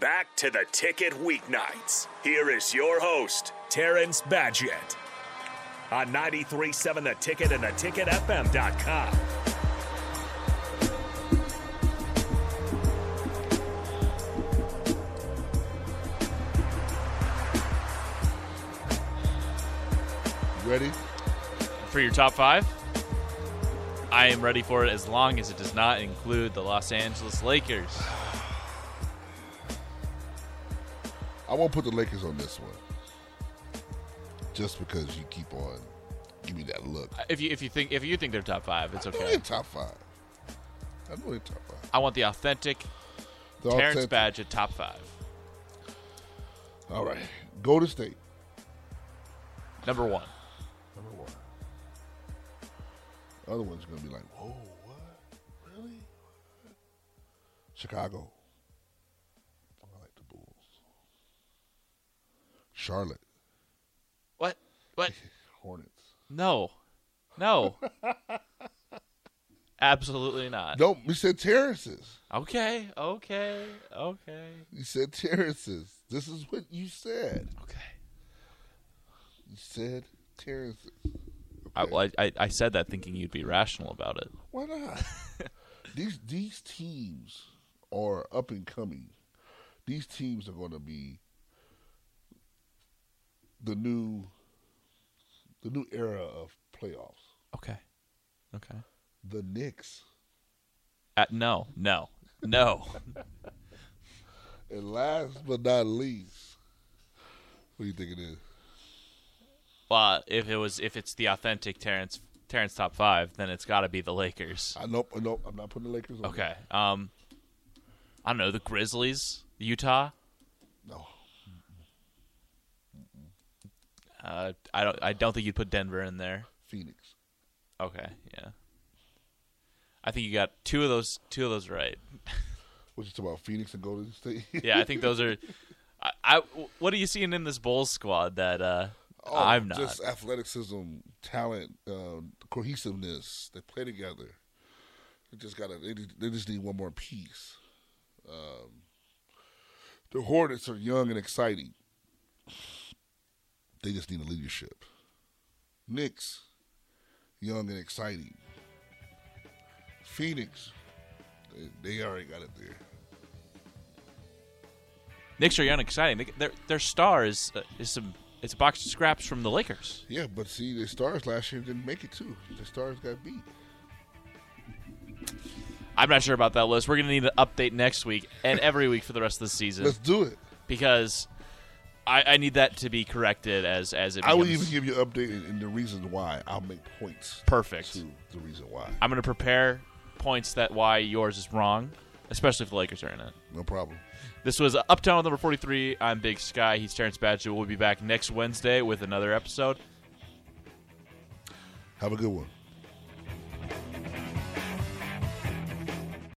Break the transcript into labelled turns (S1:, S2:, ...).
S1: Back to the ticket weeknights. Here is your host, Terrence Badgett. On 93.7 The Ticket and theticketfm.com.
S2: Ready?
S3: for your top five. I am ready for it as long as it does not include the Los Angeles Lakers.
S2: I won't put the Lakers on this one. Just because you keep on give me that look.
S3: If you if you think if you think they're top five, it's
S2: I know they're
S3: okay.
S2: top five. I know they're top five.
S3: I want the authentic
S2: The
S3: Terrence
S2: authentic-
S3: Badgett top five.
S2: All right. Golden State.
S3: Number one.
S2: Number one. The other one's gonna be like, whoa, what? Really? Chicago. I like the Bulls. Charlotte.
S3: What? What?
S2: Hornets.
S3: No. No. Absolutely not.
S2: No, we said terraces.
S3: Okay. Okay. Okay.
S2: You said terraces. This is what you said.
S3: Okay.
S2: You said terraces.
S3: I, well, I, I I said that thinking you'd be rational about it.
S2: Why not? these these teams are up and coming. These teams are going to be the new the new era of playoffs.
S3: Okay. Okay.
S2: The Knicks,
S3: Uh, no. No. No.
S2: and last but not least, what do you think it is?
S3: Well, if it was if it's the authentic Terrence Terrence top five, then it's got to be the Lakers.
S2: I nope, nope. I'm not putting the Lakers. on
S3: Okay. Um, I don't know the Grizzlies, Utah.
S2: there. No,
S3: Uh, I don't I don't think you'd put Denver in there.
S2: Phoenix.
S3: Okay, yeah. I think you got two of those two of those right.
S2: What you talking about? Phoenix and Golden State.
S3: Yeah, I think those are. I, I what are you seeing in this Bulls squad that uh,
S2: Oh,
S3: I'm not?
S2: Just athleticism, talent, um, cohesiveness. They play together. They just gotta. They, just- they just need one more piece. Um, the Hornets are young and exciting. They just need a leadership. Knicks, young and exciting. Phoenix, they, they already got it there.
S3: Knicks are young, and exciting. They, their their star is uh, is some it's a box of scraps from the Lakers.
S2: Yeah, but see, the stars last year didn't make it too. The stars got beat.
S3: I'm not sure about that list. We're going to need an update next week and every week for the rest of the season
S2: Let's do it.
S3: because I, I need that to be corrected as as it
S2: I
S3: becomes.
S2: will even give you an update and- and the reason why. I'll make points
S3: Perfect.
S2: to the reason why.
S3: I'm going to prepare points that why yours is wrong, especially if the Lakers are in it.
S2: No problem.
S3: This was Uptown with number 43. I'm Big Sky. He's Terrence Badger. We'll be back next Wednesday with another episode.
S2: Have a good one.